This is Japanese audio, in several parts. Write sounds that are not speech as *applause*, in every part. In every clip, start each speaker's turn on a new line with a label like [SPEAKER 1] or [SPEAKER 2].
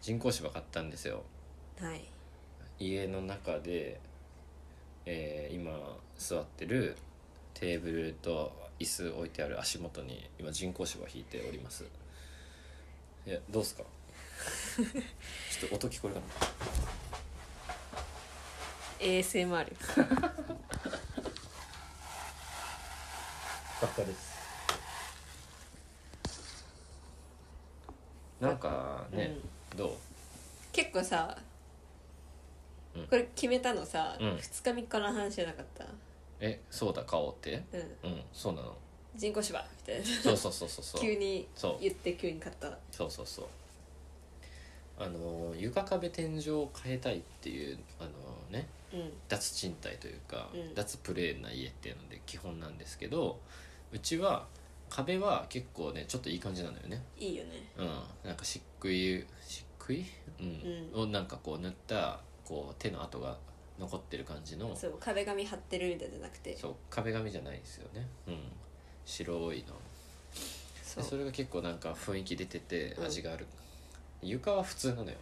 [SPEAKER 1] 人工芝買ったんですよ
[SPEAKER 2] はい
[SPEAKER 1] 家の中で、えー今座ってるテーブルと椅子置いてある足元に今人工芝引いておりますいやどう *laughs* すかちょっと音聞こえるかな *laughs*
[SPEAKER 2] ASMR
[SPEAKER 1] バカですなんかね、どう
[SPEAKER 2] 結構さ
[SPEAKER 1] うん
[SPEAKER 2] これ決めたのさ、
[SPEAKER 1] うん
[SPEAKER 2] 2日3日の話じゃなかった
[SPEAKER 1] えそうだ顔って
[SPEAKER 2] うん
[SPEAKER 1] うんそうなの
[SPEAKER 2] 人工芝みたいな
[SPEAKER 1] そうそうそう *laughs* そうそう
[SPEAKER 2] 急に
[SPEAKER 1] そう
[SPEAKER 2] 言って急に買った
[SPEAKER 1] そうそうそうあの床壁天井を変えたいっていうあのね
[SPEAKER 2] うん
[SPEAKER 1] 脱賃貸というか、
[SPEAKER 2] うん
[SPEAKER 1] 脱プレーンな家っていうので基本なんですけどうちは壁は結構ねちょっといい感じなのよね
[SPEAKER 2] いいよね
[SPEAKER 1] うんなんか漆喰漆喰、うん
[SPEAKER 2] うん
[SPEAKER 1] をなんかこう塗ったこう手の跡が残ってる感じの
[SPEAKER 2] そう壁紙貼ってるみたいじゃなくて
[SPEAKER 1] そう壁紙じゃないですよねうん白いの
[SPEAKER 2] そ
[SPEAKER 1] で
[SPEAKER 2] う
[SPEAKER 1] それが結構なんか雰囲気出てて
[SPEAKER 2] うん
[SPEAKER 1] 味がある、床は普通なのよ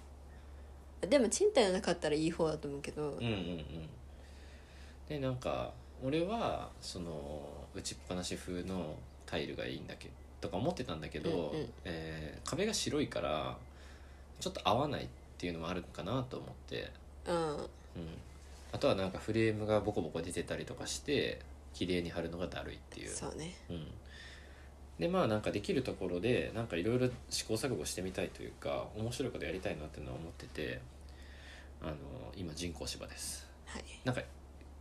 [SPEAKER 2] でも賃貸のなかったらいい方だと思うけど、
[SPEAKER 1] うんうんうんでなんか俺はその打ちっぱなし風のタイルがいいんだけとか思ってたんだけど、
[SPEAKER 2] うんうん
[SPEAKER 1] えー壁が白いからちょっと合わないっていうのもあるのかなと思って、
[SPEAKER 2] うん
[SPEAKER 1] うん、あとはなんかフレームがボコボコ出てたりとかして綺麗に貼るのがだるいっていう
[SPEAKER 2] そうね
[SPEAKER 1] うん、でまあなんかできるところでなんかいろいろ試行錯誤してみたいというか面白いことやりたいなっていうのは思っててあの今人工芝です
[SPEAKER 2] はい
[SPEAKER 1] なんか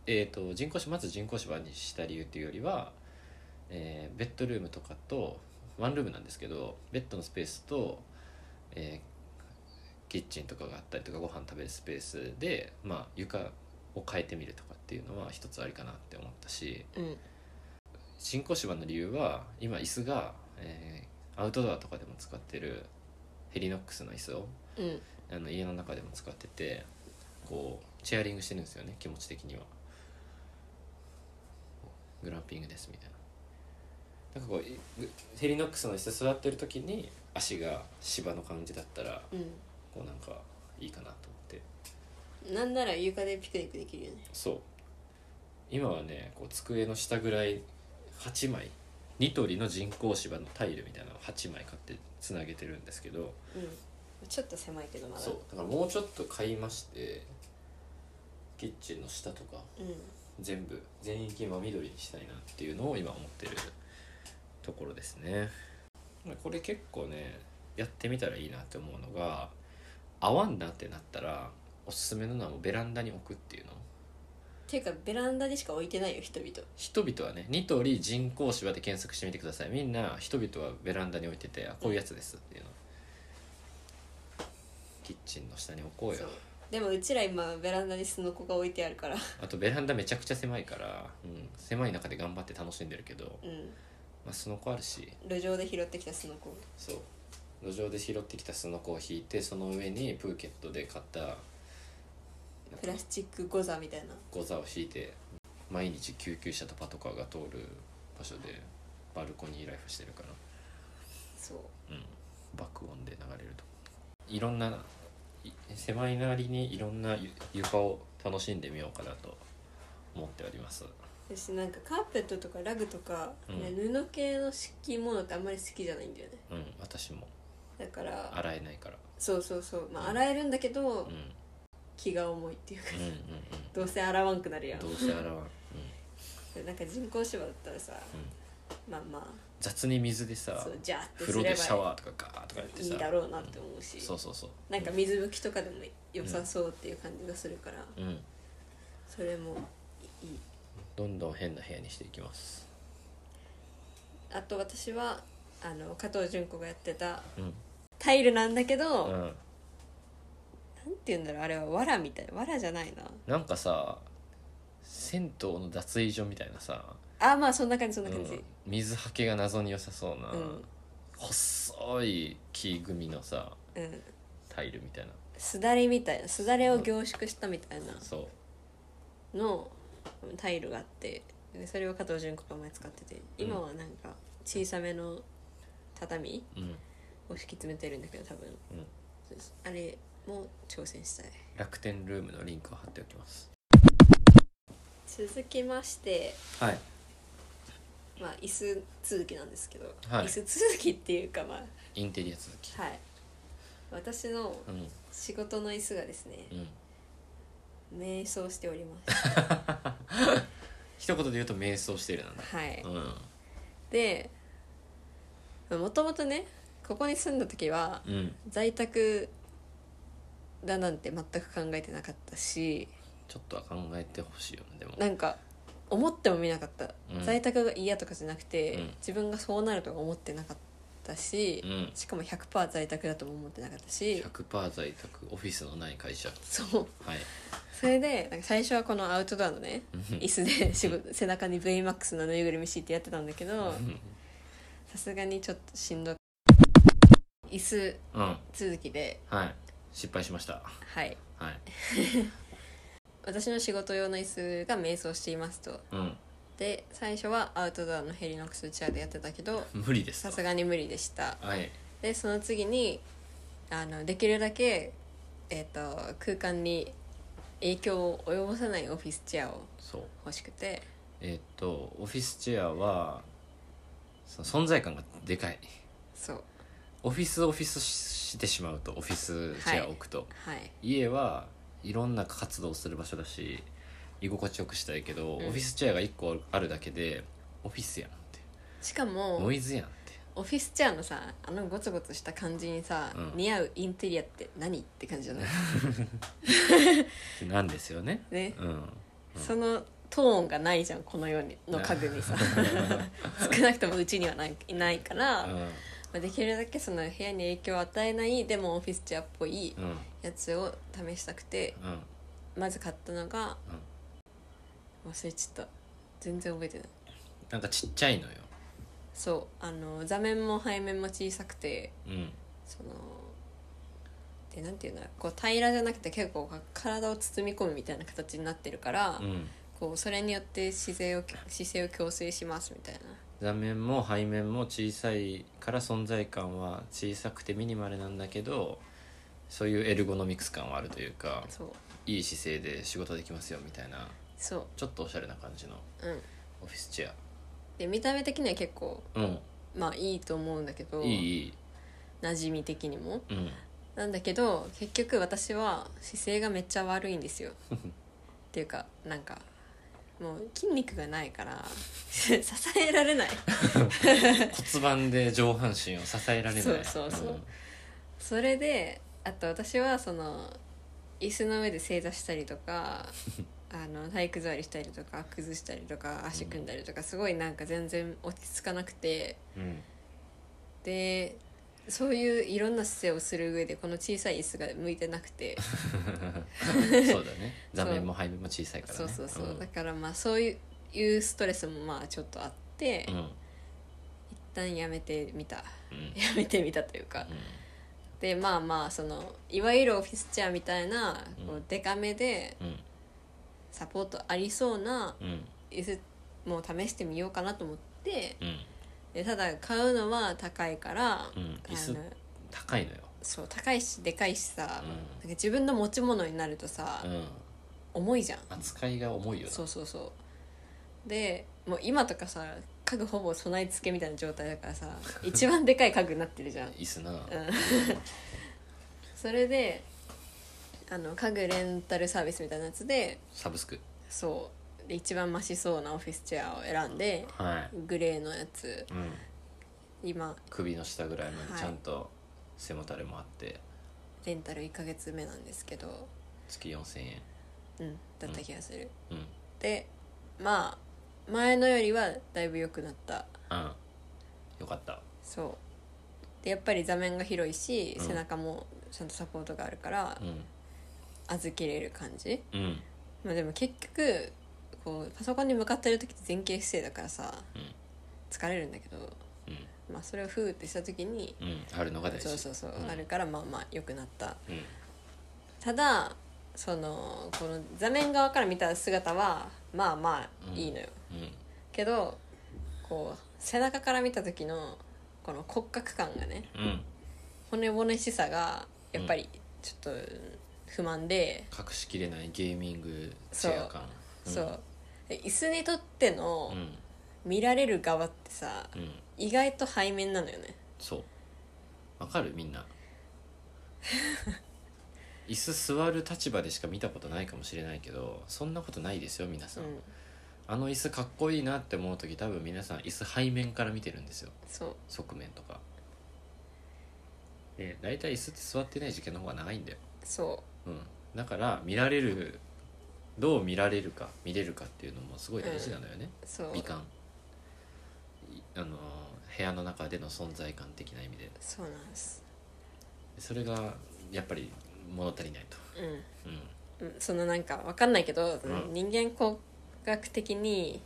[SPEAKER 1] えー、と人工芝まず人工芝にした理由っていうよりは、えーベッドルームとかとワンルームなんですけどベッドのスペースと、えーキッチンとかがあったりとかご飯食べるスペースで、まあ、床を変えてみるとかっていうのは一つありかなって思ったし
[SPEAKER 2] うん
[SPEAKER 1] 新小芝の理由は今椅子が、えーアウトドアとかでも使ってるヘリノックスの椅子を
[SPEAKER 2] うん
[SPEAKER 1] あの家の中でも使っててこうチェアリングしてるんですよね気持ち的にはグランピングですみたいななんかこういぐヘリノックスの椅子座ってる時に足が芝の感じだったら
[SPEAKER 2] う
[SPEAKER 1] こうなんかいいかなと思って
[SPEAKER 2] んなんなら床でピクニックできるよね
[SPEAKER 1] そう今はねこう机の下ぐらい8枚ニトリの人工芝のタイルみたいなのを8枚買ってつなげてるんですけど
[SPEAKER 2] うんちょっと狭いけどまだ
[SPEAKER 1] そうだからもうちょっと買いましてキッチンの下とか
[SPEAKER 2] うん
[SPEAKER 1] 全部全域真緑にしたいなっていうのを今思ってるところですねまあこれ結構ねやってみたらいいなって思うのが合わんなってなったらおすすめなのはもうベランダに置くっていうの
[SPEAKER 2] ていうかベランダにしか置いてないよ人々
[SPEAKER 1] 人々はねニトリ人工芝で検索してみてくださいみんな人々はベランダに置いててあこういうやつですっていうのキッチンの下に置こう
[SPEAKER 2] そ
[SPEAKER 1] よ
[SPEAKER 2] うでもうちら今ベランダにスノコが置いてあるから
[SPEAKER 1] あとベランダめちゃくちゃ狭いから、うん、狭い中で頑張って楽しんでるけど、
[SPEAKER 2] うん
[SPEAKER 1] まあ、スノコあるし
[SPEAKER 2] 路上で拾ってきたスノコ
[SPEAKER 1] そう路上で拾ってきたスノコを引いてその上にプーケットで買った
[SPEAKER 2] プラスチックゴザみたいな
[SPEAKER 1] ゴザを引いて毎日救急車とパトカーが通る場所でバルコニーライフしてるから
[SPEAKER 2] そう
[SPEAKER 1] うん、爆音で流れるといろんない狭いなりにいろんなゆ床を楽しんでみようかなと思っております
[SPEAKER 2] 私なんかカーペットとかラグとか、
[SPEAKER 1] うん
[SPEAKER 2] ね布系の敷物ってあんまり好きじゃないんだよね
[SPEAKER 1] うん私も
[SPEAKER 2] だから
[SPEAKER 1] 洗えないから
[SPEAKER 2] そうそうそうまあ洗えるんだけど、
[SPEAKER 1] うん
[SPEAKER 2] 気が重いっていうか *laughs*
[SPEAKER 1] うんうん
[SPEAKER 2] どうせ洗わんくなる
[SPEAKER 1] う
[SPEAKER 2] や
[SPEAKER 1] ん
[SPEAKER 2] ん
[SPEAKER 1] どうせ洗わん、うんうん、
[SPEAKER 2] でなんか人工芝だったらさまあま
[SPEAKER 1] 雑に水で
[SPEAKER 2] あ
[SPEAKER 1] さ
[SPEAKER 2] そうじゃあって
[SPEAKER 1] 風
[SPEAKER 2] す
[SPEAKER 1] 呂
[SPEAKER 2] れ
[SPEAKER 1] でシャ
[SPEAKER 2] ば
[SPEAKER 1] ワーとかガーとかやって
[SPEAKER 2] いい
[SPEAKER 1] さ
[SPEAKER 2] だろうなって思うし、
[SPEAKER 1] そうそうそう
[SPEAKER 2] なんか水拭きとかでも良さそうっていう感じがするから、
[SPEAKER 1] うん
[SPEAKER 2] それもいい
[SPEAKER 1] どんどん変な部屋にしていきます
[SPEAKER 2] あと私はあの加藤純子がやってた
[SPEAKER 1] うん
[SPEAKER 2] タイルなんだけど、
[SPEAKER 1] う
[SPEAKER 2] なん
[SPEAKER 1] ん
[SPEAKER 2] て言うんだろうあれは藁みたい藁じゃないな
[SPEAKER 1] なんかさ銭湯の脱衣所みたいなさ
[SPEAKER 2] あまあそんな感じそんな感じ、
[SPEAKER 1] うん、水はけが謎に良さそうな、
[SPEAKER 2] うん
[SPEAKER 1] 細い木組みのさ
[SPEAKER 2] うん
[SPEAKER 1] タイルみたいな
[SPEAKER 2] すだれみたいなすだれを凝縮したみたいな
[SPEAKER 1] そう
[SPEAKER 2] のタイルがあってでそれを加藤純子が前使ってて今はなんか小さめの畳
[SPEAKER 1] うん
[SPEAKER 2] を敷き詰めてるんだけど多分
[SPEAKER 1] うん
[SPEAKER 2] あれも挑戦したい
[SPEAKER 1] 楽天ルームのリンクを貼っておきます
[SPEAKER 2] 続きまして
[SPEAKER 1] はい
[SPEAKER 2] まあ椅子続きなんですけど、
[SPEAKER 1] はい
[SPEAKER 2] 椅子続きっていうかまあ
[SPEAKER 1] インテリア続き
[SPEAKER 2] はい私の
[SPEAKER 1] うん
[SPEAKER 2] 仕事の椅子がですね
[SPEAKER 1] うん
[SPEAKER 2] 瞑想しております
[SPEAKER 1] 一言で言うと瞑想しているなんだ
[SPEAKER 2] はい
[SPEAKER 1] うん
[SPEAKER 2] でもともとねここに住んだ時は
[SPEAKER 1] うん
[SPEAKER 2] 在宅だなんて全く考えてなかったし
[SPEAKER 1] ちょっとは考えてほしいよねでも
[SPEAKER 2] なんか思ってもみなかった、
[SPEAKER 1] うん
[SPEAKER 2] 在宅が嫌とかじゃなくて、
[SPEAKER 1] うん
[SPEAKER 2] 自分がそうなるとか思ってなかったし
[SPEAKER 1] う、ん
[SPEAKER 2] しかも100%在宅だとも思ってなかったし
[SPEAKER 1] 100%在宅オフィスのない会社
[SPEAKER 2] そう
[SPEAKER 1] はい
[SPEAKER 2] それでなんか最初はこのアウトドアのね椅子で仕事背中に VMAX のぬいぐるみ敷いてやってたんだけど
[SPEAKER 1] うん
[SPEAKER 2] さすがにちょっとしんど椅子
[SPEAKER 1] うん
[SPEAKER 2] 続きで
[SPEAKER 1] はい失敗しました
[SPEAKER 2] はい
[SPEAKER 1] はい
[SPEAKER 2] 私の仕事用の椅子が瞑想していますと
[SPEAKER 1] うん
[SPEAKER 2] で最初はアウトドアのヘリノックスチェアでやってたけど
[SPEAKER 1] 無理です
[SPEAKER 2] さ
[SPEAKER 1] わ
[SPEAKER 2] すがに無理でした
[SPEAKER 1] はい
[SPEAKER 2] でその次にあのできるだけ、えー、と空間に影響を及ぼさないオフィスチェアを
[SPEAKER 1] そう
[SPEAKER 2] 欲しくて
[SPEAKER 1] えーっとオフィスチェアはその存在感がでかい
[SPEAKER 2] そう
[SPEAKER 1] オフィスオフィスしてしまうとオフィスチェアを置くと、
[SPEAKER 2] はい
[SPEAKER 1] 家はいろんな活動をする場所だし居心地よくしたいけど、
[SPEAKER 2] うん
[SPEAKER 1] オフィスチェアが1個あるだけでオフィスやんって
[SPEAKER 2] しか
[SPEAKER 1] ノ
[SPEAKER 2] も
[SPEAKER 1] イズやんって
[SPEAKER 2] オフィスチェアのさあのゴツゴツした感じにさ、
[SPEAKER 1] うん
[SPEAKER 2] 似合うインテリアって何って感じじゃない
[SPEAKER 1] ってなんですよね
[SPEAKER 2] ね、
[SPEAKER 1] うん
[SPEAKER 2] そのトーンがないじゃんこの世にの家具にさ *laughs* 少なくともうちにはないいないから、
[SPEAKER 1] うん
[SPEAKER 2] まあ、できるだけその部屋に影響を与えないでもオフィスチェアっぽい
[SPEAKER 1] うん
[SPEAKER 2] やつを試したくて
[SPEAKER 1] うん
[SPEAKER 2] まず買ったのが忘れちゃった全然覚えてない
[SPEAKER 1] なんかちっちゃいのよ
[SPEAKER 2] そうあの座面も背面も小さくて
[SPEAKER 1] うん
[SPEAKER 2] そのでなんていうんだろうこう平らじゃなくて結構体を包み込むみたいな形になってるから、
[SPEAKER 1] うん
[SPEAKER 2] こうそれによって姿勢を姿勢を矯正しますみたいな
[SPEAKER 1] 座面も背面も小さいから存在感は小さくてミニマルなんだけどそういうエルゴノミクス感はあるというか
[SPEAKER 2] そう
[SPEAKER 1] いい姿勢で仕事できますよみたいな
[SPEAKER 2] そ
[SPEAKER 1] ちょっとおしゃれな感じの
[SPEAKER 2] ううん
[SPEAKER 1] オフィスチェ
[SPEAKER 2] で見た目的には結構
[SPEAKER 1] アうん
[SPEAKER 2] まあいいと思うんだけど
[SPEAKER 1] いいいい
[SPEAKER 2] 馴染み的にも
[SPEAKER 1] うん
[SPEAKER 2] なんだけど結局私は姿勢がめっちゃ悪い
[SPEAKER 1] *laughs*
[SPEAKER 2] んですよっていうかなんかもう筋肉がないから *laughs* 支えられない
[SPEAKER 1] 骨盤で上半身を支えられない
[SPEAKER 2] そうそうそうそれであと私はその椅子の上で正座したりと
[SPEAKER 1] *laughs*
[SPEAKER 2] かあの体育座りしたりとか崩したりとか足組んだりとかすごいなんか全然落ち着かなくて
[SPEAKER 1] うん、うん
[SPEAKER 2] でそういういろんな姿勢をする上でこの小さい椅子が向いてなくて
[SPEAKER 1] そうだね座面も背面も小さいからね
[SPEAKER 2] そうそうそう、
[SPEAKER 1] ん
[SPEAKER 2] だからまあそういういうストレスもまあちょっとあって、
[SPEAKER 1] うん
[SPEAKER 2] 一
[SPEAKER 1] うん
[SPEAKER 2] 旦やめてみた *laughs* やめてみたというか
[SPEAKER 1] うん
[SPEAKER 2] でまあまあそのいわゆるオフィスチェアみたいなこ
[SPEAKER 1] う
[SPEAKER 2] うんデカめで
[SPEAKER 1] うん
[SPEAKER 2] サポートありそうな
[SPEAKER 1] うん
[SPEAKER 2] 椅子も試してみようかなと思って
[SPEAKER 1] うん
[SPEAKER 2] でただ買うのは高いから、
[SPEAKER 1] うん椅
[SPEAKER 2] あ
[SPEAKER 1] 子
[SPEAKER 2] の
[SPEAKER 1] 高いのよ
[SPEAKER 2] そう高いしでかいしさ、
[SPEAKER 1] うん
[SPEAKER 2] なんか自分の持ち物になるとさ、
[SPEAKER 1] うん
[SPEAKER 2] 重いじゃん
[SPEAKER 1] 扱いが重いよな
[SPEAKER 2] そうそうそうでもう今とかさ家具ほぼ備え付けみたいな状態
[SPEAKER 1] *laughs*
[SPEAKER 2] だからさ一番でかい家具になってるじゃん
[SPEAKER 1] 椅子な
[SPEAKER 2] それであの家具レンタルサービスみたいなやつで
[SPEAKER 1] サブスク
[SPEAKER 2] そうで一番マシそうなオフィスチェアを選んで
[SPEAKER 1] はい
[SPEAKER 2] グレーのやつ
[SPEAKER 1] うん
[SPEAKER 2] 今
[SPEAKER 1] 首の下ぐらいま
[SPEAKER 2] は
[SPEAKER 1] で
[SPEAKER 2] い
[SPEAKER 1] ちゃんと背もたれもあって
[SPEAKER 2] レンタル1ヶ月目なんですけど
[SPEAKER 1] 月4000円
[SPEAKER 2] うんだった気がする、
[SPEAKER 1] うん
[SPEAKER 2] でまあ前のよりはだいぶ良くなった
[SPEAKER 1] うんよかった
[SPEAKER 2] そうでやっぱり座面が広いし
[SPEAKER 1] うん
[SPEAKER 2] 背中もちゃんとサポートがあるから
[SPEAKER 1] うん
[SPEAKER 2] 預けれる感じ、
[SPEAKER 1] うんうん
[SPEAKER 2] まあ、でも結局こうパソコンに向かってる時って前傾姿勢だからさ疲れるんだけど、まあ、それをフーってした時に
[SPEAKER 1] うんうんあるのが大事
[SPEAKER 2] そうそうそう、
[SPEAKER 1] ん
[SPEAKER 2] あるからまあまあ良くなった
[SPEAKER 1] うん
[SPEAKER 2] ただそのこの座面側から見た姿はまあまあいいのよ、
[SPEAKER 1] うん
[SPEAKER 2] けどこう背中から見た時のこの骨格感がね
[SPEAKER 1] うん
[SPEAKER 2] 骨骨しさがやっぱりちょっと不満で、
[SPEAKER 1] 隠しきれないゲーミングチェア感
[SPEAKER 2] そうで椅子にとって
[SPEAKER 1] う
[SPEAKER 2] の
[SPEAKER 1] ん
[SPEAKER 2] 見られる側ってさ
[SPEAKER 1] うん、うん、
[SPEAKER 2] 意外と背面なのよね
[SPEAKER 1] そうわかるみんな *laughs* 椅子座る立場でしか見たことないかもしれないけどそんなことないですよ皆さ、
[SPEAKER 2] うんん
[SPEAKER 1] あの椅子かっこいいなって思う時多分皆さん椅子背面から見てるんですよ
[SPEAKER 2] そう
[SPEAKER 1] 側面とかで大体椅子って座ってない時間の方が長いんだよ、
[SPEAKER 2] そ
[SPEAKER 1] うん、だから見られるどう見られるか見れるかっていうのもすごい大事なのよね、
[SPEAKER 2] うそう
[SPEAKER 1] 美観いあのー部屋の中での存在感的な意味で
[SPEAKER 2] そうなんです
[SPEAKER 1] それがやっぱり物足りないと、
[SPEAKER 2] うん
[SPEAKER 1] うん、
[SPEAKER 2] うんそのなんかわかんないけど、
[SPEAKER 1] うん
[SPEAKER 2] 人間骨格的に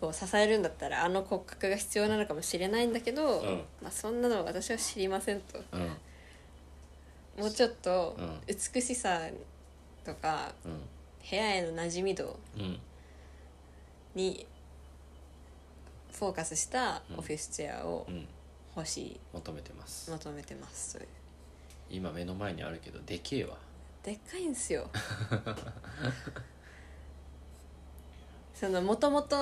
[SPEAKER 2] こう支えるんだったらあの骨格が必要なのかもしれないんだけど、
[SPEAKER 1] うん
[SPEAKER 2] まあ、そんなのは私は知りませんと
[SPEAKER 1] うん
[SPEAKER 2] もうちょっと
[SPEAKER 1] うん
[SPEAKER 2] 美しさとか部屋への馴染み度
[SPEAKER 1] うんうん
[SPEAKER 2] にフォーカスした
[SPEAKER 1] うん
[SPEAKER 2] オフィスチェアを
[SPEAKER 1] うん
[SPEAKER 2] 欲し
[SPEAKER 1] 求めてます
[SPEAKER 2] い求めてますという
[SPEAKER 1] 今目の前にあるけどでけえわ
[SPEAKER 2] でっかいん
[SPEAKER 1] *laughs*
[SPEAKER 2] すよそのもともと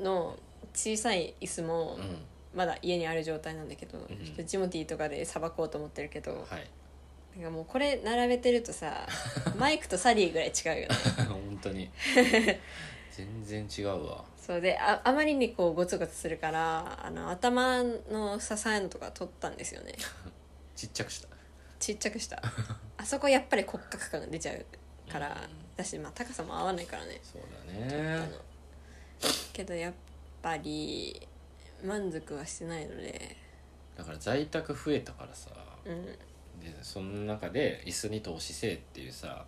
[SPEAKER 2] の小さい椅子も、
[SPEAKER 1] うん
[SPEAKER 2] まだ家にある状態なんだけど、
[SPEAKER 1] うん
[SPEAKER 2] ちょっとジモティーとかでさばこうと思ってるけど、
[SPEAKER 1] はい
[SPEAKER 2] なんかもうこれ並べてるとさマイクとサリーぐらい違うよね
[SPEAKER 1] *laughs* 本当に *laughs* 全然違うわ
[SPEAKER 2] そうでああまりにこうゴツゴツするからあの頭の支えのとか取ったんですよね
[SPEAKER 1] ちっちゃくした
[SPEAKER 2] ちっちゃくした
[SPEAKER 1] *laughs*
[SPEAKER 2] あそこやっぱり骨格感が出ちゃうから、
[SPEAKER 1] うん
[SPEAKER 2] だし、まあ、高さも合わないからね
[SPEAKER 1] そうだね
[SPEAKER 2] あのけどやっぱり満足はしてないので
[SPEAKER 1] だから在宅増えたからさ
[SPEAKER 2] うん
[SPEAKER 1] でその中で椅子に投資せえっていうさ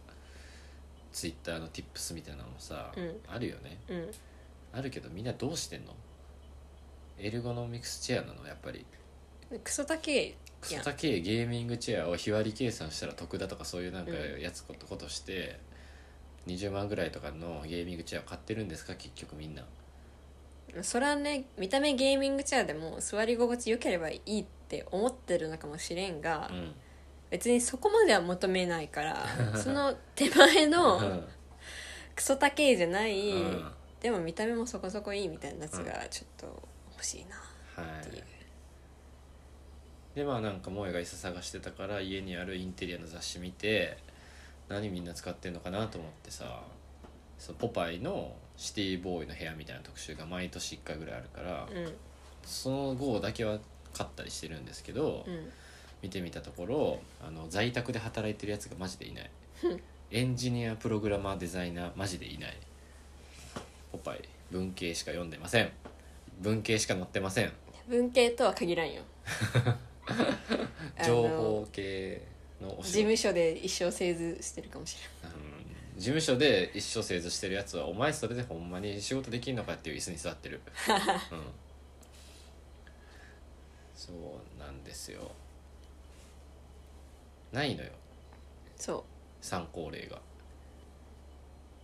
[SPEAKER 1] ツイッターの tips みたいなのもさ、
[SPEAKER 2] うん
[SPEAKER 1] あるよね
[SPEAKER 2] うん
[SPEAKER 1] あるけどみんなどうしてんのエルゴノミクスチェアなのやっぱり
[SPEAKER 2] クソ高い
[SPEAKER 1] ク
[SPEAKER 2] い
[SPEAKER 1] ソ
[SPEAKER 2] や
[SPEAKER 1] 高えゲーミングチェアを日割り計算したら得だとかそういうなんか
[SPEAKER 2] う
[SPEAKER 1] やつことことして、20万ぐらいとかのゲーミングチェアを買ってるんですか結局みんな
[SPEAKER 2] それはね見た目ゲーミングチェアでも座り心地良ければいいって思ってるのかもしれんが、
[SPEAKER 1] うん
[SPEAKER 2] 別にそこまでは求めないからその手前
[SPEAKER 1] *laughs* う
[SPEAKER 2] の
[SPEAKER 1] ん
[SPEAKER 2] クソ高いじゃない、
[SPEAKER 1] うんは
[SPEAKER 2] でも見た目もそこそこいいみたいなやつがちょっと欲しいなっていう
[SPEAKER 1] い、でまあなんか萌えが椅子探してたから家にあるインテリアの雑誌見て何みんな使ってるのかなと思ってさそのポパイのシティボーイの部屋みたいな特集が毎年1回ぐらいあるから、
[SPEAKER 2] う
[SPEAKER 1] その号だけは買ったりしてるんですけど、
[SPEAKER 2] んうん
[SPEAKER 1] 見てみたところあの在宅で働いてるやつがマジでいないエンジニアプログラマーデザイナーマジでいないポパイ文系しか読んでません文系しか載ってません
[SPEAKER 2] 文系とは限らんよあ
[SPEAKER 1] *laughs*
[SPEAKER 2] の
[SPEAKER 1] 情報系のお
[SPEAKER 2] 事
[SPEAKER 1] 仕事
[SPEAKER 2] 務所で一生製図してるかもし
[SPEAKER 1] うん事務所で一生製図してるやつはお前それでほんまに仕事できんのかっていう椅子に座って
[SPEAKER 2] *laughs*
[SPEAKER 1] る、うん、そうなんですよないのよ
[SPEAKER 2] れんそ
[SPEAKER 1] 参考例が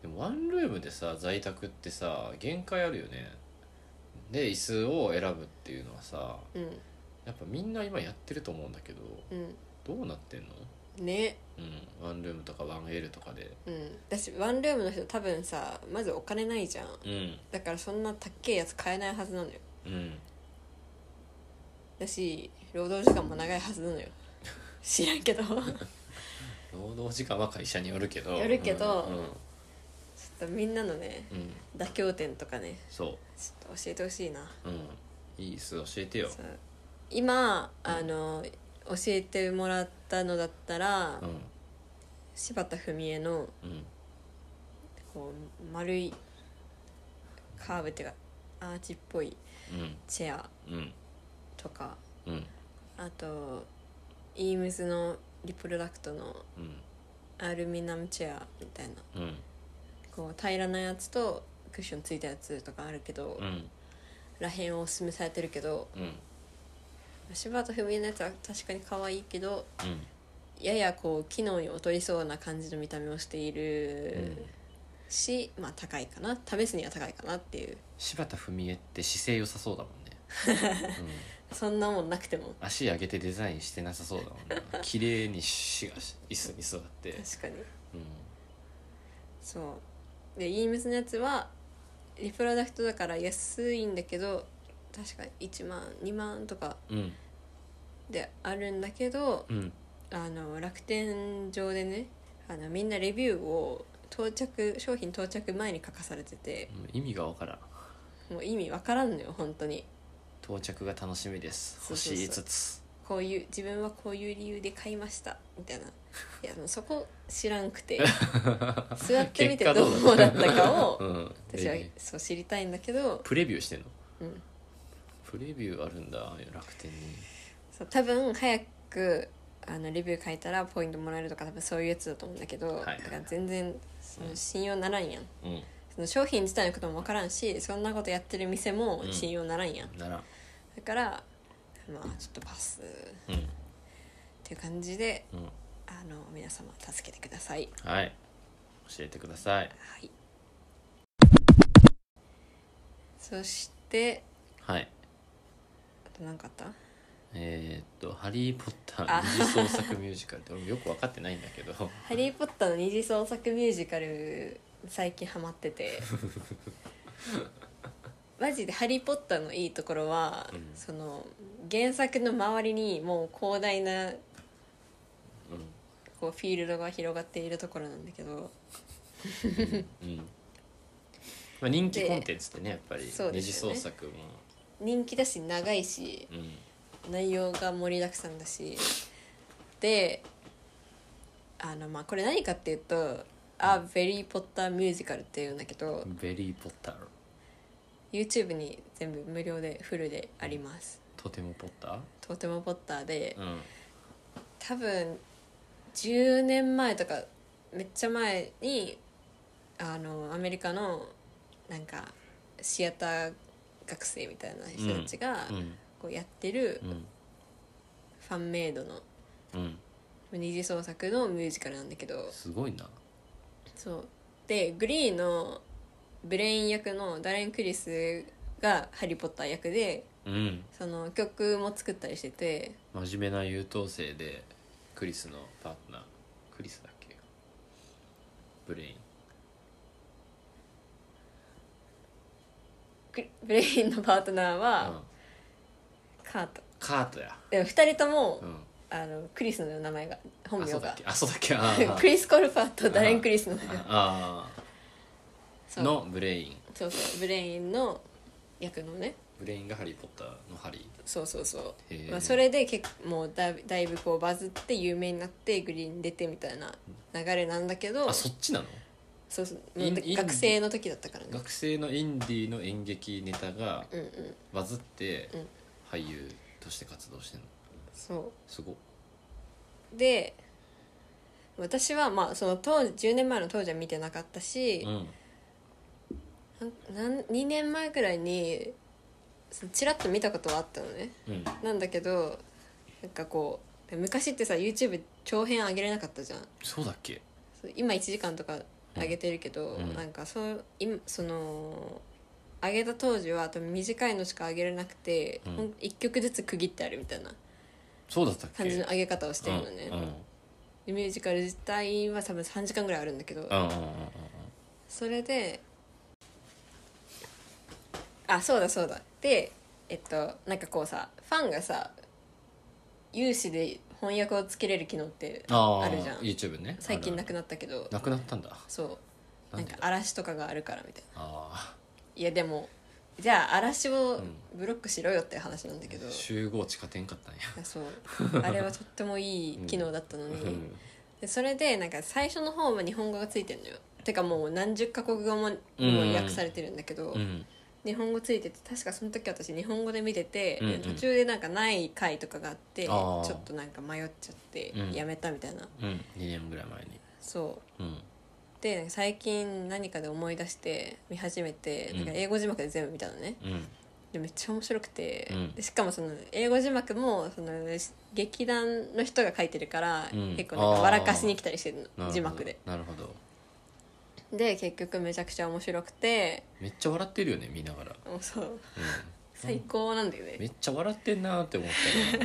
[SPEAKER 1] でもワンルームでさ在宅ってさ限界あるよねで椅子を選ぶっていうのはさ
[SPEAKER 2] ううん
[SPEAKER 1] やっぱみんな今やってると思うんだけど
[SPEAKER 2] う
[SPEAKER 1] どうなってんの
[SPEAKER 2] んね
[SPEAKER 1] うんワンルームとか 1L とかで
[SPEAKER 2] うんだしワンルームの人多分さまずお金ないじゃん
[SPEAKER 1] うん
[SPEAKER 2] だからそんな高いやつ買えないはずなのよ
[SPEAKER 1] うん
[SPEAKER 2] だし労働時間も長いはずな
[SPEAKER 1] *laughs*
[SPEAKER 2] のよ知らんけどちょっ
[SPEAKER 1] 労働時間は会社によるけど
[SPEAKER 2] よるけど
[SPEAKER 1] うんうんうん
[SPEAKER 2] とみんなのね
[SPEAKER 1] うん
[SPEAKER 2] 妥協点とかね
[SPEAKER 1] そ
[SPEAKER 2] ちょっと教えてほしいな
[SPEAKER 1] ううんいい椅子教えてよ
[SPEAKER 2] そう今あの教えてもらったのだったら
[SPEAKER 1] うん
[SPEAKER 2] 柴田文江の
[SPEAKER 1] うん
[SPEAKER 2] こう丸いカーブっていうかアーチっぽいチェア
[SPEAKER 1] うんうん
[SPEAKER 2] とか
[SPEAKER 1] うん
[SPEAKER 2] あとイームズのリプロダクトの
[SPEAKER 1] うん
[SPEAKER 2] アルミナムチェアみたいな
[SPEAKER 1] うん
[SPEAKER 2] こう平らなやつとクッションついたやつとかあるけど、
[SPEAKER 1] うん
[SPEAKER 2] らへんをおすすめされてるけど
[SPEAKER 1] うん
[SPEAKER 2] 柴田文江のやつは確かに可愛いけど
[SPEAKER 1] うん
[SPEAKER 2] ややこう機能に劣りそうな感じの見た目をしているし、まあ高いかな試すには高いかなっていう
[SPEAKER 1] 柴田文江って姿勢良さそうだもんね、
[SPEAKER 2] そんなもんなくても
[SPEAKER 1] 足上げてデザインしてなさそうだもんな綺麗にしが椅子に座って、
[SPEAKER 2] 確かに
[SPEAKER 1] うん、
[SPEAKER 2] そうで EMS のやつはリプロダクトだから安いんだけど確か1万2万とか
[SPEAKER 1] うん
[SPEAKER 2] であるんだけど
[SPEAKER 1] うん
[SPEAKER 2] あの楽天上でねあのみんなレビューを到着商品到着前に書かされてて
[SPEAKER 1] 意味がわからん
[SPEAKER 2] もう意味わからんのよ本当に
[SPEAKER 1] 到着が楽しみです
[SPEAKER 2] そうそうそう
[SPEAKER 1] 星5つ
[SPEAKER 2] こういう自分はこういう理由で買いましたみたいないやもうそこ知らん
[SPEAKER 1] *laughs*
[SPEAKER 2] くて座ってみ
[SPEAKER 1] 結
[SPEAKER 2] て
[SPEAKER 1] 果
[SPEAKER 2] ど
[SPEAKER 1] どうだった
[SPEAKER 2] うだったかを
[SPEAKER 1] *laughs* うん
[SPEAKER 2] 私は
[SPEAKER 1] えー
[SPEAKER 2] そう知りたいんだけど、
[SPEAKER 1] プレビューしてんの
[SPEAKER 2] うん、
[SPEAKER 1] プレビューあるんだ楽天に
[SPEAKER 2] そう多分早くあのレビュー書いたらポイントもらえるとか多分そういうやつだと思うんだけど、
[SPEAKER 1] いはいはい
[SPEAKER 2] だから全然その
[SPEAKER 1] うん
[SPEAKER 2] 信用ならんやん、
[SPEAKER 1] う
[SPEAKER 2] その商品自体のことも分からんしそんなことやってる店も
[SPEAKER 1] うん
[SPEAKER 2] 信用ならんやん、
[SPEAKER 1] んなら
[SPEAKER 2] だからまあちょっとパスっ
[SPEAKER 1] うん
[SPEAKER 2] ていう感じで
[SPEAKER 1] うん
[SPEAKER 2] あの皆様助けてください
[SPEAKER 1] はい教えてください
[SPEAKER 2] はいそして
[SPEAKER 1] はい
[SPEAKER 2] あと何かあった
[SPEAKER 1] えーっと「ハリー・ポッター
[SPEAKER 2] あ
[SPEAKER 1] 二次創作ミュージカル」って俺もよく分かってないんだけど
[SPEAKER 2] ハリー・ポッターの二次創作ミュージカル最近ハマって
[SPEAKER 1] *laughs*
[SPEAKER 2] てマジで「ハリー・ポッター」のいいところは、
[SPEAKER 1] うん
[SPEAKER 2] その原作の周りにもう広大な
[SPEAKER 1] う
[SPEAKER 2] こうフィールドが広がっているところなんだけど
[SPEAKER 1] ん、うんまあ、人気コンテンツってねやっぱり
[SPEAKER 2] そうで
[SPEAKER 1] 二次
[SPEAKER 2] すよね
[SPEAKER 1] 創作も、
[SPEAKER 2] 人気だし長いし
[SPEAKER 1] うん、
[SPEAKER 2] 内容が盛りだくさんだしであのまあこれ何かっていうと「ア・ベリー・ポッター・ミュージカル」っていうんだけど
[SPEAKER 1] ベリー・ポッター
[SPEAKER 2] YouTube に全部無料でフルであります。
[SPEAKER 1] とてもポッタ
[SPEAKER 2] とてもポッターで
[SPEAKER 1] ー、うん、
[SPEAKER 2] 多分10年前とかめっちゃ前にあのアメリカのなんかシアター学生みたいな人たちが
[SPEAKER 1] うん
[SPEAKER 2] こうやってる
[SPEAKER 1] うん
[SPEAKER 2] ファンメイドの
[SPEAKER 1] うん
[SPEAKER 2] 二次創作のミュージカルなんだけど
[SPEAKER 1] すごいな
[SPEAKER 2] そうでグリーのブレイン役のダレン・クリスがハリー・ポッター役で
[SPEAKER 1] うん
[SPEAKER 2] その曲も作ったりしてて
[SPEAKER 1] 真面目な優等生でクリスのパートナークリスだっけブレイン
[SPEAKER 2] クリブレインのパートナー
[SPEAKER 1] う
[SPEAKER 2] は
[SPEAKER 1] ん、
[SPEAKER 2] カート
[SPEAKER 1] カートや、
[SPEAKER 2] でも2人とも、
[SPEAKER 1] うん、
[SPEAKER 2] あのクリスの名前が本
[SPEAKER 1] あ
[SPEAKER 2] 名
[SPEAKER 1] そうだっ
[SPEAKER 2] が
[SPEAKER 1] けあそうだっけあー
[SPEAKER 2] *laughs* クリス・コルファーとダレン・クリスの名前
[SPEAKER 1] あ
[SPEAKER 2] そ
[SPEAKER 1] あ
[SPEAKER 2] う
[SPEAKER 1] のブレイン
[SPEAKER 2] そうそうブレインの役のね
[SPEAKER 1] ブレインがハリー・ポッターのハリ
[SPEAKER 2] そうそうそう、
[SPEAKER 1] ーへえ
[SPEAKER 2] まあ、それで結構もうだいだいぶこうバズって有名になってグリーンに出てみたいな流れなんだけど
[SPEAKER 1] あそっちなの
[SPEAKER 2] そうそう
[SPEAKER 1] イン
[SPEAKER 2] もう
[SPEAKER 1] イン
[SPEAKER 2] 学生の時だったからね
[SPEAKER 1] 学生のインディーの演劇ネタが
[SPEAKER 2] うんうん
[SPEAKER 1] バズって
[SPEAKER 2] うん
[SPEAKER 1] 俳優として活動してるの
[SPEAKER 2] そ
[SPEAKER 1] すごっ
[SPEAKER 2] うで私はまあその当時10年前の当時は見てなかったし、
[SPEAKER 1] うん
[SPEAKER 2] なんなん2年前くらいにそのチラッと見たことはあったのね
[SPEAKER 1] うん
[SPEAKER 2] なんだけどなんかこう昔ってさ YouTube 長編上げれなかったじゃん
[SPEAKER 1] そうだっけ
[SPEAKER 2] そう今1時間とか上げてるけど、
[SPEAKER 1] うん
[SPEAKER 2] なんかそう今その上げた当時は多分短いのしか上げれなくて、
[SPEAKER 1] うん
[SPEAKER 2] ほん、1曲ずつ区切ってあるみたいな
[SPEAKER 1] そうだったっけ
[SPEAKER 2] 感じの上げ方をしてるのね、
[SPEAKER 1] うんうん
[SPEAKER 2] でミュージカル自体は多分3時間ぐらいあるんだけど、
[SPEAKER 1] うんうんうん
[SPEAKER 2] それであそうだそうだでえっとなんかこうさファンがさ有志で翻訳をつけれる機能って
[SPEAKER 1] あ
[SPEAKER 2] あ
[SPEAKER 1] あ
[SPEAKER 2] るじゃん
[SPEAKER 1] YouTube ね
[SPEAKER 2] 最近なく
[SPEAKER 1] な
[SPEAKER 2] なったけど
[SPEAKER 1] なくなったんだ
[SPEAKER 2] そう
[SPEAKER 1] な
[SPEAKER 2] なんん
[SPEAKER 1] で
[SPEAKER 2] か
[SPEAKER 1] だ
[SPEAKER 2] 嵐とかがあるからみたいな
[SPEAKER 1] あ
[SPEAKER 2] いやでもじゃあ嵐を
[SPEAKER 1] うん
[SPEAKER 2] ブロックしろよって話なんだけど、
[SPEAKER 1] あ集合値勝てんかったんや
[SPEAKER 2] あそうあれはとってもいい機能だったの
[SPEAKER 1] う
[SPEAKER 2] に、
[SPEAKER 1] ん
[SPEAKER 2] でそれでなんか最初の方は日本語がついてんのよてかもう何十カ国語ももう訳されてるんだけど、
[SPEAKER 1] うん
[SPEAKER 2] 日本語ついてて確かその時私日本語で見てて、
[SPEAKER 1] うんうん
[SPEAKER 2] で途中でなんかない回とかがあって
[SPEAKER 1] あー
[SPEAKER 2] ちょっとなんか迷っちゃって
[SPEAKER 1] うん
[SPEAKER 2] やめたみたいな、
[SPEAKER 1] うん2年ぐらい前に
[SPEAKER 2] そう
[SPEAKER 1] うん
[SPEAKER 2] でなんか最近何かで思い出して見始めて、
[SPEAKER 1] うん
[SPEAKER 2] なんか英語字幕で全部見たのね
[SPEAKER 1] うん
[SPEAKER 2] でめっちゃ面白くて、
[SPEAKER 1] うん
[SPEAKER 2] でしかもその英語字幕もその劇団の人が書いてるから、
[SPEAKER 1] うん
[SPEAKER 2] 結構な
[SPEAKER 1] あ
[SPEAKER 2] んか
[SPEAKER 1] ー
[SPEAKER 2] 笑かしに来たりしてる
[SPEAKER 1] なるほ
[SPEAKER 2] の
[SPEAKER 1] ど
[SPEAKER 2] 字幕で
[SPEAKER 1] なるほど
[SPEAKER 2] で結局めちゃくちゃ面白くて
[SPEAKER 1] めっちゃ笑ってるよね見ながら
[SPEAKER 2] もうそう
[SPEAKER 1] う
[SPEAKER 2] 最高なんだよ
[SPEAKER 1] め
[SPEAKER 2] ね
[SPEAKER 1] っちゃ笑ってんなって思ったら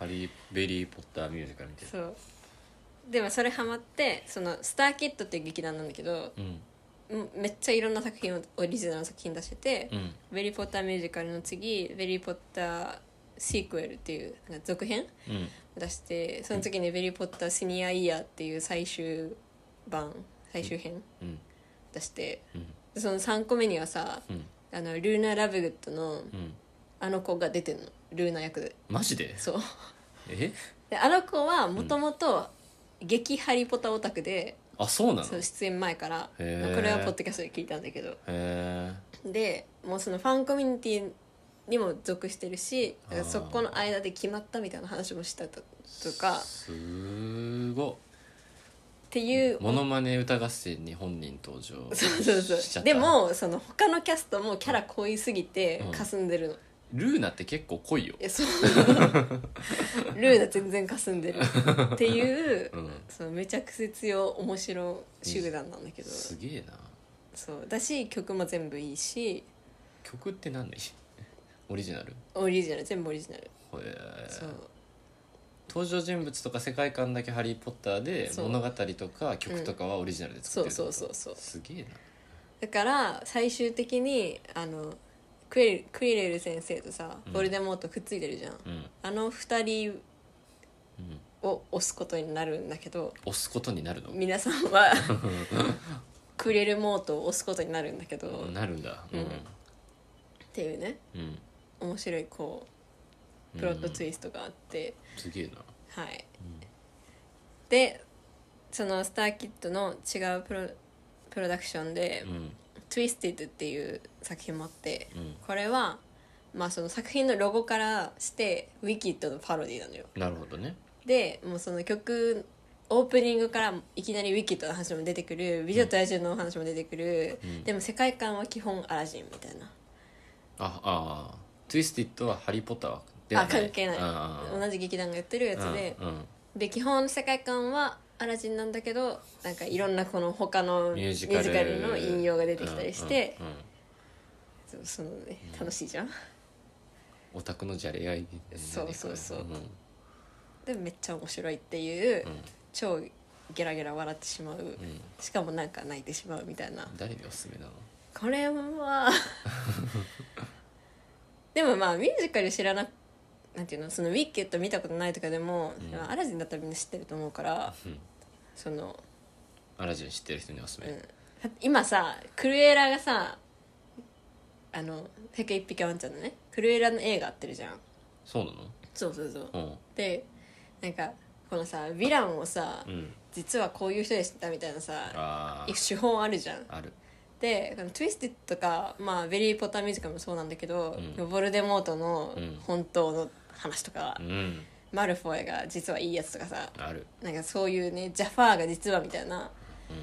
[SPEAKER 1] ハリー・ベリー・ポッターミュージカル見てる
[SPEAKER 2] そうでもそれハマってそのスターキッドっていう劇団なんだけど
[SPEAKER 1] うん
[SPEAKER 2] うんめっちゃいろんな作品をオリジナルの作品出してて
[SPEAKER 1] うん
[SPEAKER 2] 「ベリー・ポッターミュージカル」の次「ベリー・ポッターシークエル」っていうなんか続編
[SPEAKER 1] うん
[SPEAKER 2] 出してその時に「ベリー・ポッターシニア・イヤー」っていう最終版最終編
[SPEAKER 1] うん
[SPEAKER 2] 出して
[SPEAKER 1] うん
[SPEAKER 2] その3個目にはさ
[SPEAKER 1] うん
[SPEAKER 2] あのルーナ・ラブグッドの
[SPEAKER 1] うん
[SPEAKER 2] あの子が出てんのルーナ役で
[SPEAKER 1] マジで
[SPEAKER 2] そう
[SPEAKER 1] え
[SPEAKER 2] であの子はもともと激ハリポタオタクで、
[SPEAKER 1] あそうなの
[SPEAKER 2] そう
[SPEAKER 1] へ
[SPEAKER 2] 出演前からこ
[SPEAKER 1] へー
[SPEAKER 2] れはポッドキャストで聞いたんだけど
[SPEAKER 1] え
[SPEAKER 2] でもうそのファンコミュニティにも属してるし
[SPEAKER 1] あー
[SPEAKER 2] そこの間で決まったみたいな話もしたととかっ
[SPEAKER 1] すご
[SPEAKER 2] て
[SPEAKER 1] い
[SPEAKER 2] いう
[SPEAKER 1] モノマネ歌合戦に本人登場
[SPEAKER 2] そうそう
[SPEAKER 1] しち
[SPEAKER 2] そ
[SPEAKER 1] ゃった
[SPEAKER 2] うでもその他のキャストもキャラ濃いすぎて
[SPEAKER 1] うん
[SPEAKER 2] 霞んでるの、
[SPEAKER 1] ルーナって結構濃いよ
[SPEAKER 2] え
[SPEAKER 1] *laughs*
[SPEAKER 2] そうルーナ全然霞んでるっていう、
[SPEAKER 1] うん
[SPEAKER 2] そのめちゃくちゃ強い面白集団なんだけど、
[SPEAKER 1] すげえな
[SPEAKER 2] そうだし曲も全部いいし
[SPEAKER 1] 曲って何オリジナルへ
[SPEAKER 2] オリジナル全部オリジナル、
[SPEAKER 1] え
[SPEAKER 2] そう
[SPEAKER 1] 登場人物とか世界観だけ「ハリー・ポッター」で
[SPEAKER 2] そう
[SPEAKER 1] 物語とか曲とかはオリジナルで作ってるってこと
[SPEAKER 2] そうそうそうそう
[SPEAKER 1] すげえな
[SPEAKER 2] だから最終的にあのクエルクリレル先生とさ
[SPEAKER 1] うん
[SPEAKER 2] ボルデモートくっついてるじゃん、
[SPEAKER 1] うん
[SPEAKER 2] あの二人
[SPEAKER 1] うん
[SPEAKER 2] を押すことになるんだけど
[SPEAKER 1] 押すことになるの
[SPEAKER 2] 皆さんはクリレルモートを押すことになるんだけど、っ
[SPEAKER 1] なるんだ
[SPEAKER 2] うんていうね
[SPEAKER 1] うんうん
[SPEAKER 2] 面白いこうプロットツイストがあって、
[SPEAKER 1] すげえな
[SPEAKER 2] はいでそのスターキッドの違うプロプロダクションで
[SPEAKER 1] うん
[SPEAKER 2] 「Twisted」っていう作品もあって
[SPEAKER 1] うん
[SPEAKER 2] これは、まあ、その作品のロゴからして「Wicked」のパロディなのよ
[SPEAKER 1] なるほどね
[SPEAKER 2] でもうその曲オープニングからいきなり「Wicked」の話も出てくる「美女と野獣」の話も出てくる、
[SPEAKER 1] うん
[SPEAKER 2] でも世界観は基本アラジンみたいな
[SPEAKER 1] ああートゥイスティッドは「ハリー・ポッター」ではない
[SPEAKER 2] あ関係ない
[SPEAKER 1] あー
[SPEAKER 2] 同じ劇団がやってるやつで、
[SPEAKER 1] うんうん
[SPEAKER 2] で基本世界観はアラジンなんだけどなんかいろんなこの他の
[SPEAKER 1] ミ
[SPEAKER 2] ミ
[SPEAKER 1] ュ
[SPEAKER 2] ュ
[SPEAKER 1] ー
[SPEAKER 2] ー
[SPEAKER 1] ジ
[SPEAKER 2] ジ
[SPEAKER 1] カル
[SPEAKER 2] カルの引用が出てきたりして、
[SPEAKER 1] うんうんうん
[SPEAKER 2] そうそのね、楽しいじゃん
[SPEAKER 1] オタクのじゃれ合い
[SPEAKER 2] そうそうそうんでめっちゃ面白いっていう、
[SPEAKER 1] うん
[SPEAKER 2] 超ゲラゲラ笑ってしまう、
[SPEAKER 1] うん
[SPEAKER 2] しかもなんか泣いてしまうみたいな
[SPEAKER 1] 誰におすすめなの
[SPEAKER 2] これ *laughs* はでもまあミュージカル知らななんていうのその「ウィッケット」見たことないとかでも、
[SPEAKER 1] うん
[SPEAKER 2] でもアラジンだったらみんな知ってると思うから
[SPEAKER 1] うん
[SPEAKER 2] その、
[SPEAKER 1] アラジン知ってる人におすす
[SPEAKER 2] う
[SPEAKER 1] め
[SPEAKER 2] ん、今さクルエラがさあの「世界一匹ワンちゃん」のねクルエラの映画あってるじゃん
[SPEAKER 1] そうなの
[SPEAKER 2] そうそうそう
[SPEAKER 1] うん
[SPEAKER 2] でなんかこのさヴィランをさ、
[SPEAKER 1] うん
[SPEAKER 2] 実はこういう人でしたみたいなさ
[SPEAKER 1] あー
[SPEAKER 2] 手法あるじゃん
[SPEAKER 1] ある
[SPEAKER 2] でこの「トゥイスティッド」とか「まあ、ベリー・ポッター・ミュージカル」もそうなんだけど、
[SPEAKER 1] うん
[SPEAKER 2] ボルデモートの
[SPEAKER 1] うん
[SPEAKER 2] 本当の話とか、
[SPEAKER 1] うん
[SPEAKER 2] マルフォイが実はいいやつとかさ
[SPEAKER 1] ある
[SPEAKER 2] なんかそういうねジャファーが実はみたいな
[SPEAKER 1] うん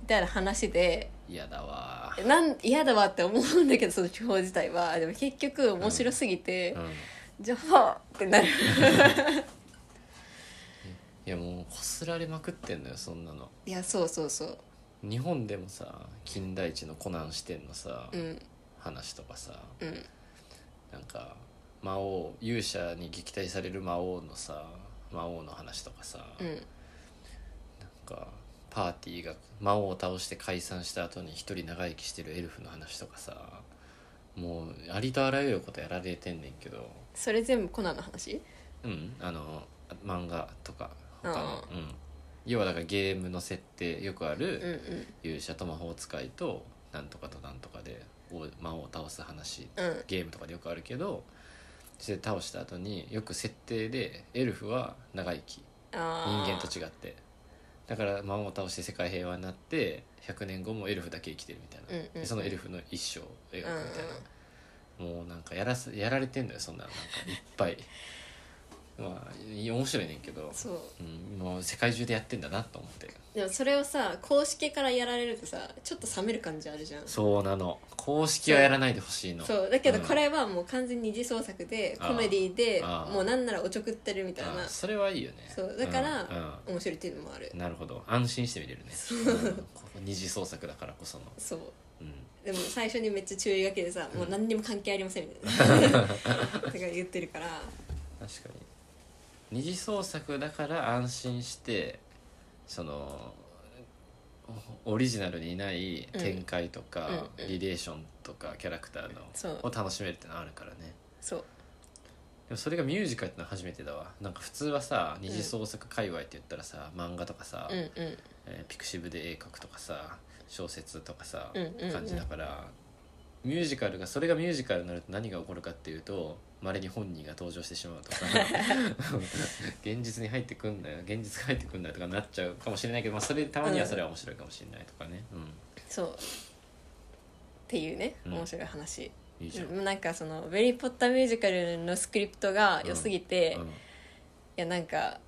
[SPEAKER 2] みたいな話で
[SPEAKER 1] 嫌だわ
[SPEAKER 2] なん嫌だわって思うんだけどその手法自体はでも結局面白すぎて、
[SPEAKER 1] うん
[SPEAKER 2] ジャファーってなる
[SPEAKER 1] いやもうこすられまくってんのよそんなの
[SPEAKER 2] いやそうそうそう
[SPEAKER 1] 日本でもさ金田一のコナン視点のさ、
[SPEAKER 2] うん
[SPEAKER 1] 話とかさ
[SPEAKER 2] うん
[SPEAKER 1] なんか魔王勇者に撃退される魔王のさ魔王の話とかさ、
[SPEAKER 2] う
[SPEAKER 1] な
[SPEAKER 2] ん
[SPEAKER 1] んかパーティーが魔王を倒して解散した後に一人長生きしてるエルフの話とかさもうありとあらゆることやられてんねんけど
[SPEAKER 2] それ全部コナンの話
[SPEAKER 1] うんあの漫画とか他の、うん、要はだからゲームの設定よくある、
[SPEAKER 2] うんうん
[SPEAKER 1] 勇者と魔法使いとなんとかとなんとかで王魔王を倒す話
[SPEAKER 2] うん
[SPEAKER 1] ゲームとかでよくあるけどそれで倒した後によく設定でエルフは長生き人
[SPEAKER 2] あ
[SPEAKER 1] 間と違ってだから魔王を倒して世界平和になって100年後もエルフだけ生きてるみたいな、
[SPEAKER 2] うんうんうん
[SPEAKER 1] でそのエルフの一生を描くみたいな、もうなんかやらすやられてんのよそんなのなんかいっぱいまあい面白いねんけど
[SPEAKER 2] う、そう
[SPEAKER 1] うん、もう世界中でやってんだなと思って
[SPEAKER 2] でもそれをさ公式からやられるとさちょっと冷める感じあるじゃんそ
[SPEAKER 1] そうなの公式はやらないでほしいの
[SPEAKER 2] うだけど
[SPEAKER 1] うん
[SPEAKER 2] これはもう完全に二次創作で
[SPEAKER 1] あー
[SPEAKER 2] コメディで
[SPEAKER 1] あー
[SPEAKER 2] もうなんならおちょくってるみたいな
[SPEAKER 1] あそれはいいよね
[SPEAKER 2] そうだから
[SPEAKER 1] うんうん
[SPEAKER 2] 面白いっていうのもある
[SPEAKER 1] なるほど安心して見れるね、うんここ二次創作だからこその、
[SPEAKER 2] そう
[SPEAKER 1] うん、
[SPEAKER 2] でも最初にめっちゃ注意書きでさ、もう何にも関係ありませんみた
[SPEAKER 1] *laughs*
[SPEAKER 2] いなとか言ってるから
[SPEAKER 1] 確かに二次創作だから安心してそのおオリジナルにない展開とか、
[SPEAKER 2] うんうん
[SPEAKER 1] リレーションとかキャラクターの
[SPEAKER 2] そう
[SPEAKER 1] を楽しめるってのあるからね
[SPEAKER 2] そう
[SPEAKER 1] でもそれがミュージカルってのは初めてだわなんか普通はさ二次創作界隈って言ったらさ漫画とかさ、
[SPEAKER 2] うんうん
[SPEAKER 1] えーピクシブで絵描くとかさ小説とかさ、
[SPEAKER 2] うんうんうん
[SPEAKER 1] 感じだからミュージカルがそれがミュージカルになると何が起こるかっていうとまれに本人が登場してしまうと
[SPEAKER 2] *laughs*
[SPEAKER 1] か現実に入ってくんなよ現実が入ってくんなよとかなっちゃうかもしれないけど、まあ、それたまにはそれは面白いかもしれないとかね、うん
[SPEAKER 2] そうっていうね
[SPEAKER 1] うん
[SPEAKER 2] 面白い話、
[SPEAKER 1] いいじゃん、うん
[SPEAKER 2] うんなんかその「ベリー・ポッター」ミュージカルのスクリプトが良すぎて、いやなんか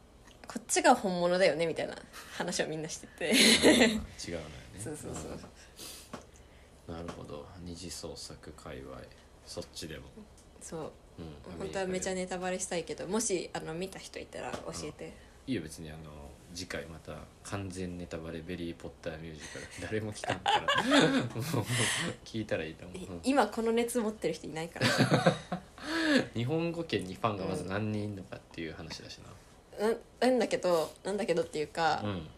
[SPEAKER 2] こっちが本物だよねみたいな話をみんなして
[SPEAKER 1] *laughs*
[SPEAKER 2] て
[SPEAKER 1] 違うの
[SPEAKER 2] *laughs*
[SPEAKER 1] よね
[SPEAKER 2] そうそうそう、
[SPEAKER 1] うんなるほど二次創作界隈そっちでも、
[SPEAKER 2] そう
[SPEAKER 1] うん
[SPEAKER 2] 本当はめちゃ
[SPEAKER 1] アメリカでも
[SPEAKER 2] ネタバレしたいけどもしあの見た人いたら教えて、
[SPEAKER 1] いいよ別にあの次回また完全ネタバレベリーポッターミュージカル *laughs* 誰も来たんから *laughs* もう聞いたらいいと思う
[SPEAKER 2] い
[SPEAKER 1] うん
[SPEAKER 2] 今この熱持ってる人いないから
[SPEAKER 1] *laughs* 日本語圏にファンがまず何人いるのかっていう話だし
[SPEAKER 2] ななんだけどなんだけどっていうか、
[SPEAKER 1] なうん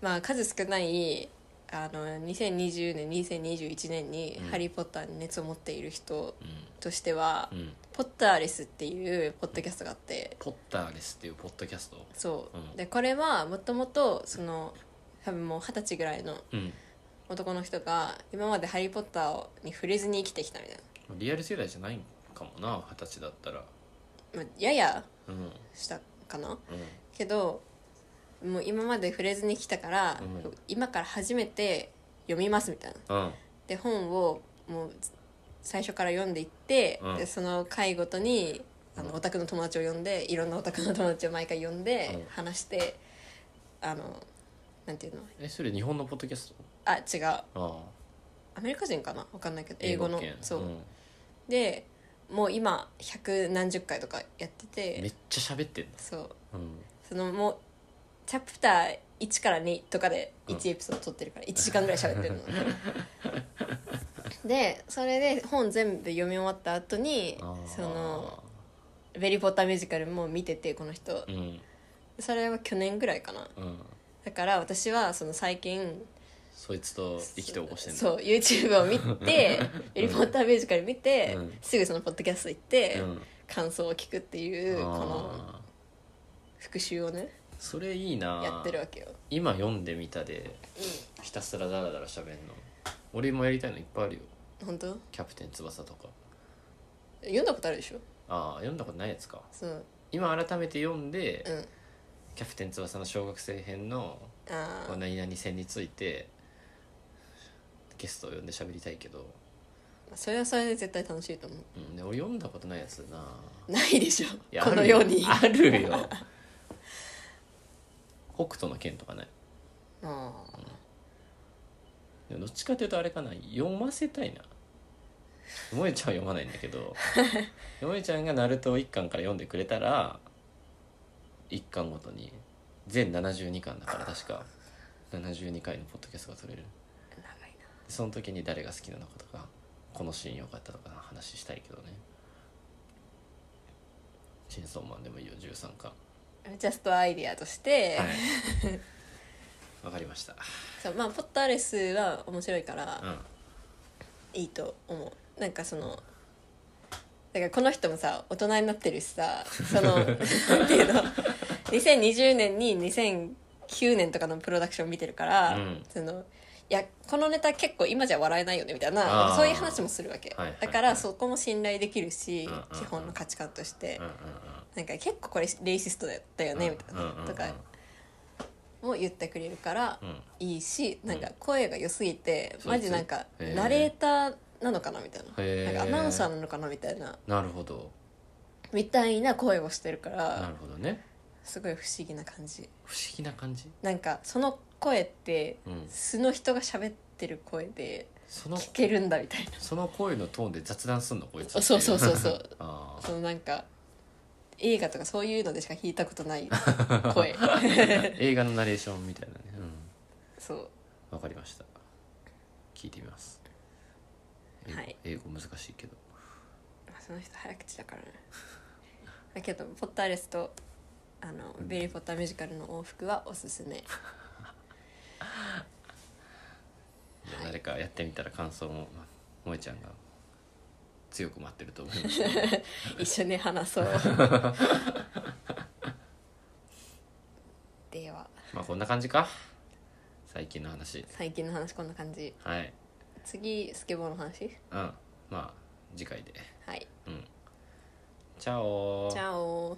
[SPEAKER 2] まあ数少ないあの2020年2021年に
[SPEAKER 1] うん
[SPEAKER 2] 「ハリー・ポッター」に熱を持っている人
[SPEAKER 1] う
[SPEAKER 2] としては、
[SPEAKER 1] んうん
[SPEAKER 2] ポッターレスっていうポッドキャストがあって
[SPEAKER 1] ポッターですっていうポッドキャスト
[SPEAKER 2] そう、
[SPEAKER 1] うん
[SPEAKER 2] でこれはもともとその多分もう二十歳ぐらいの
[SPEAKER 1] うん
[SPEAKER 2] 男の人が今まで「ハリー・ポッター」に触れずに生きてきたみたいな、
[SPEAKER 1] リアル世代じゃないかもな二十歳だったら
[SPEAKER 2] まあ、やや
[SPEAKER 1] うんうん
[SPEAKER 2] したかなけどもう今まで触れずに来たから、
[SPEAKER 1] うん
[SPEAKER 2] 今から初めて読みますみたいな
[SPEAKER 1] うん
[SPEAKER 2] で本をもう最初から読んでいって、
[SPEAKER 1] うん
[SPEAKER 2] でその回ごとにあ
[SPEAKER 1] う
[SPEAKER 2] の
[SPEAKER 1] ん
[SPEAKER 2] オタクの友達を呼んでいろんなオタクの友達を毎回呼んで、
[SPEAKER 1] うん
[SPEAKER 2] 話してあのなんていうの
[SPEAKER 1] えそれ日本のポッドキャス
[SPEAKER 2] あ違う
[SPEAKER 1] トああ
[SPEAKER 2] アメリカ人かなわかんないけど英語の
[SPEAKER 1] 圏
[SPEAKER 2] そう、
[SPEAKER 1] ん
[SPEAKER 2] でもう今百何十回とかやって
[SPEAKER 1] めっ
[SPEAKER 2] て
[SPEAKER 1] ちゃ喋ってんだ
[SPEAKER 2] そう
[SPEAKER 1] うん
[SPEAKER 2] そのもうチャプター1から2とかで
[SPEAKER 1] うん
[SPEAKER 2] 1エピソード撮ってるから1時間ぐらい
[SPEAKER 1] *laughs*
[SPEAKER 2] 喋ってるのでそれで本全部読み終わった後に
[SPEAKER 1] あー
[SPEAKER 2] その「ベリー・ポッターミュージカル」も見ててこの人
[SPEAKER 1] うん
[SPEAKER 2] それは去年ぐらいかな
[SPEAKER 1] うん
[SPEAKER 2] だから私はその最近
[SPEAKER 1] そいつと生きて起こしてんだ
[SPEAKER 2] そう YouTube を見
[SPEAKER 1] *laughs*
[SPEAKER 2] て「ベリー・ポッターミュージカル」見て、
[SPEAKER 1] うん
[SPEAKER 2] すぐそのポッドキャスト行って、
[SPEAKER 1] うん
[SPEAKER 2] 感想を聞くっていうこの
[SPEAKER 1] あー
[SPEAKER 2] 復習をね
[SPEAKER 1] それいいな
[SPEAKER 2] やってるわけよ
[SPEAKER 1] 今読んでみたでひたすらダラダラ喋んの俺もやりたいのいっぱいあるよ
[SPEAKER 2] 本当
[SPEAKER 1] キャプテン翼とか
[SPEAKER 2] 読んだことあるでしょ
[SPEAKER 1] ああ読んだことないやつか
[SPEAKER 2] そう
[SPEAKER 1] 今改めて読んで、
[SPEAKER 2] うん
[SPEAKER 1] キャプテン翼の小学生編の
[SPEAKER 2] あー
[SPEAKER 1] 何々戦についてゲストを呼んで喋りたいけど、
[SPEAKER 2] それはそれで絶対楽しいと思
[SPEAKER 1] うん、で俺読んだことないやつだな
[SPEAKER 2] う *laughs* ないでし
[SPEAKER 1] い
[SPEAKER 2] ょ
[SPEAKER 1] や
[SPEAKER 2] このように
[SPEAKER 1] あるよある
[SPEAKER 2] *laughs*
[SPEAKER 1] よ北斗の拳とかない
[SPEAKER 2] あー
[SPEAKER 1] でもどっちかというとあれかな読ませたいな萌えちゃんは読まないんだけ
[SPEAKER 2] *laughs*
[SPEAKER 1] ど萌えちゃんが「ナルトを1巻から読んでくれたら1巻ごとに全72巻だから確か72回のポッドキャストが取れる
[SPEAKER 2] 長い
[SPEAKER 1] その時に誰が好きなのかとかこのシーン良かったとか話したいけどねチェンソーマンでもいいよ13巻
[SPEAKER 2] なジャストアイディアとして、
[SPEAKER 1] はいわかりました
[SPEAKER 2] そうまあポッターレスは面白いか
[SPEAKER 1] う
[SPEAKER 2] ら
[SPEAKER 1] ん
[SPEAKER 2] いいと思うなんかそのだからこの人もさ大人になってるしさそ
[SPEAKER 1] *laughs*
[SPEAKER 2] のなんていうの2020年に2009年とかのプロダクション見てるから、
[SPEAKER 1] うん
[SPEAKER 2] そのいやこのネタ結構今じゃ笑えないよねみたい
[SPEAKER 1] あ
[SPEAKER 2] な
[SPEAKER 1] ー
[SPEAKER 2] そういう話もするわ
[SPEAKER 1] は
[SPEAKER 2] け、
[SPEAKER 1] いはいはい
[SPEAKER 2] だからそこも信頼できるし、
[SPEAKER 1] うんうんうん
[SPEAKER 2] 基本の価値観として、
[SPEAKER 1] うんうん
[SPEAKER 2] なんか結構これレイシストだったよ
[SPEAKER 1] うん
[SPEAKER 2] ねみたいな、
[SPEAKER 1] うんうんうん
[SPEAKER 2] とかも言ってくれるから
[SPEAKER 1] うん
[SPEAKER 2] いいし、
[SPEAKER 1] ん
[SPEAKER 2] なんか声が良すぎて、
[SPEAKER 1] そう
[SPEAKER 2] マジなんか
[SPEAKER 1] へー
[SPEAKER 2] ナレーターなのかなみたい
[SPEAKER 1] へー
[SPEAKER 2] ななんかアナウンサーなのかなみたいな
[SPEAKER 1] なるほど
[SPEAKER 2] みたいな声をしてるか
[SPEAKER 1] な
[SPEAKER 2] ら
[SPEAKER 1] るほどね
[SPEAKER 2] すごい不思議な感じ
[SPEAKER 1] 不思議な感じ、
[SPEAKER 2] なんかその声って
[SPEAKER 1] うん、
[SPEAKER 2] 素の人が喋ってる声で
[SPEAKER 1] その
[SPEAKER 2] 聞けるんだみたいな
[SPEAKER 1] その声のトーンで雑談すんのこいつってい
[SPEAKER 2] そうそうそうそう
[SPEAKER 1] *laughs* あ
[SPEAKER 2] そのなんか映画とかそういうのでしか聞いたこ
[SPEAKER 1] *laughs*
[SPEAKER 2] とない声 *laughs*
[SPEAKER 1] ー映画のナレーションみたいなねうん
[SPEAKER 2] そう
[SPEAKER 1] わかりました聞いてみます英語,、
[SPEAKER 2] はい
[SPEAKER 1] 英語難しいけど
[SPEAKER 2] まあその人早口だからねだけどポッターレスとあの「ベリー・ポッターミュージカル」の往復はおすす
[SPEAKER 1] *laughs*
[SPEAKER 2] め
[SPEAKER 1] じゃあ誰かやってみたら感想も萌えちゃんが強く待ってると思い *laughs* ます、ね、
[SPEAKER 2] 一緒に
[SPEAKER 1] *laughs*
[SPEAKER 2] 話そうでは
[SPEAKER 1] まあこんな感じか最近の話
[SPEAKER 2] 最近の話こんな感じ
[SPEAKER 1] はい
[SPEAKER 2] 次スケボーの話
[SPEAKER 1] うんまあ次回で
[SPEAKER 2] はい
[SPEAKER 1] うんチャオ
[SPEAKER 2] チャオ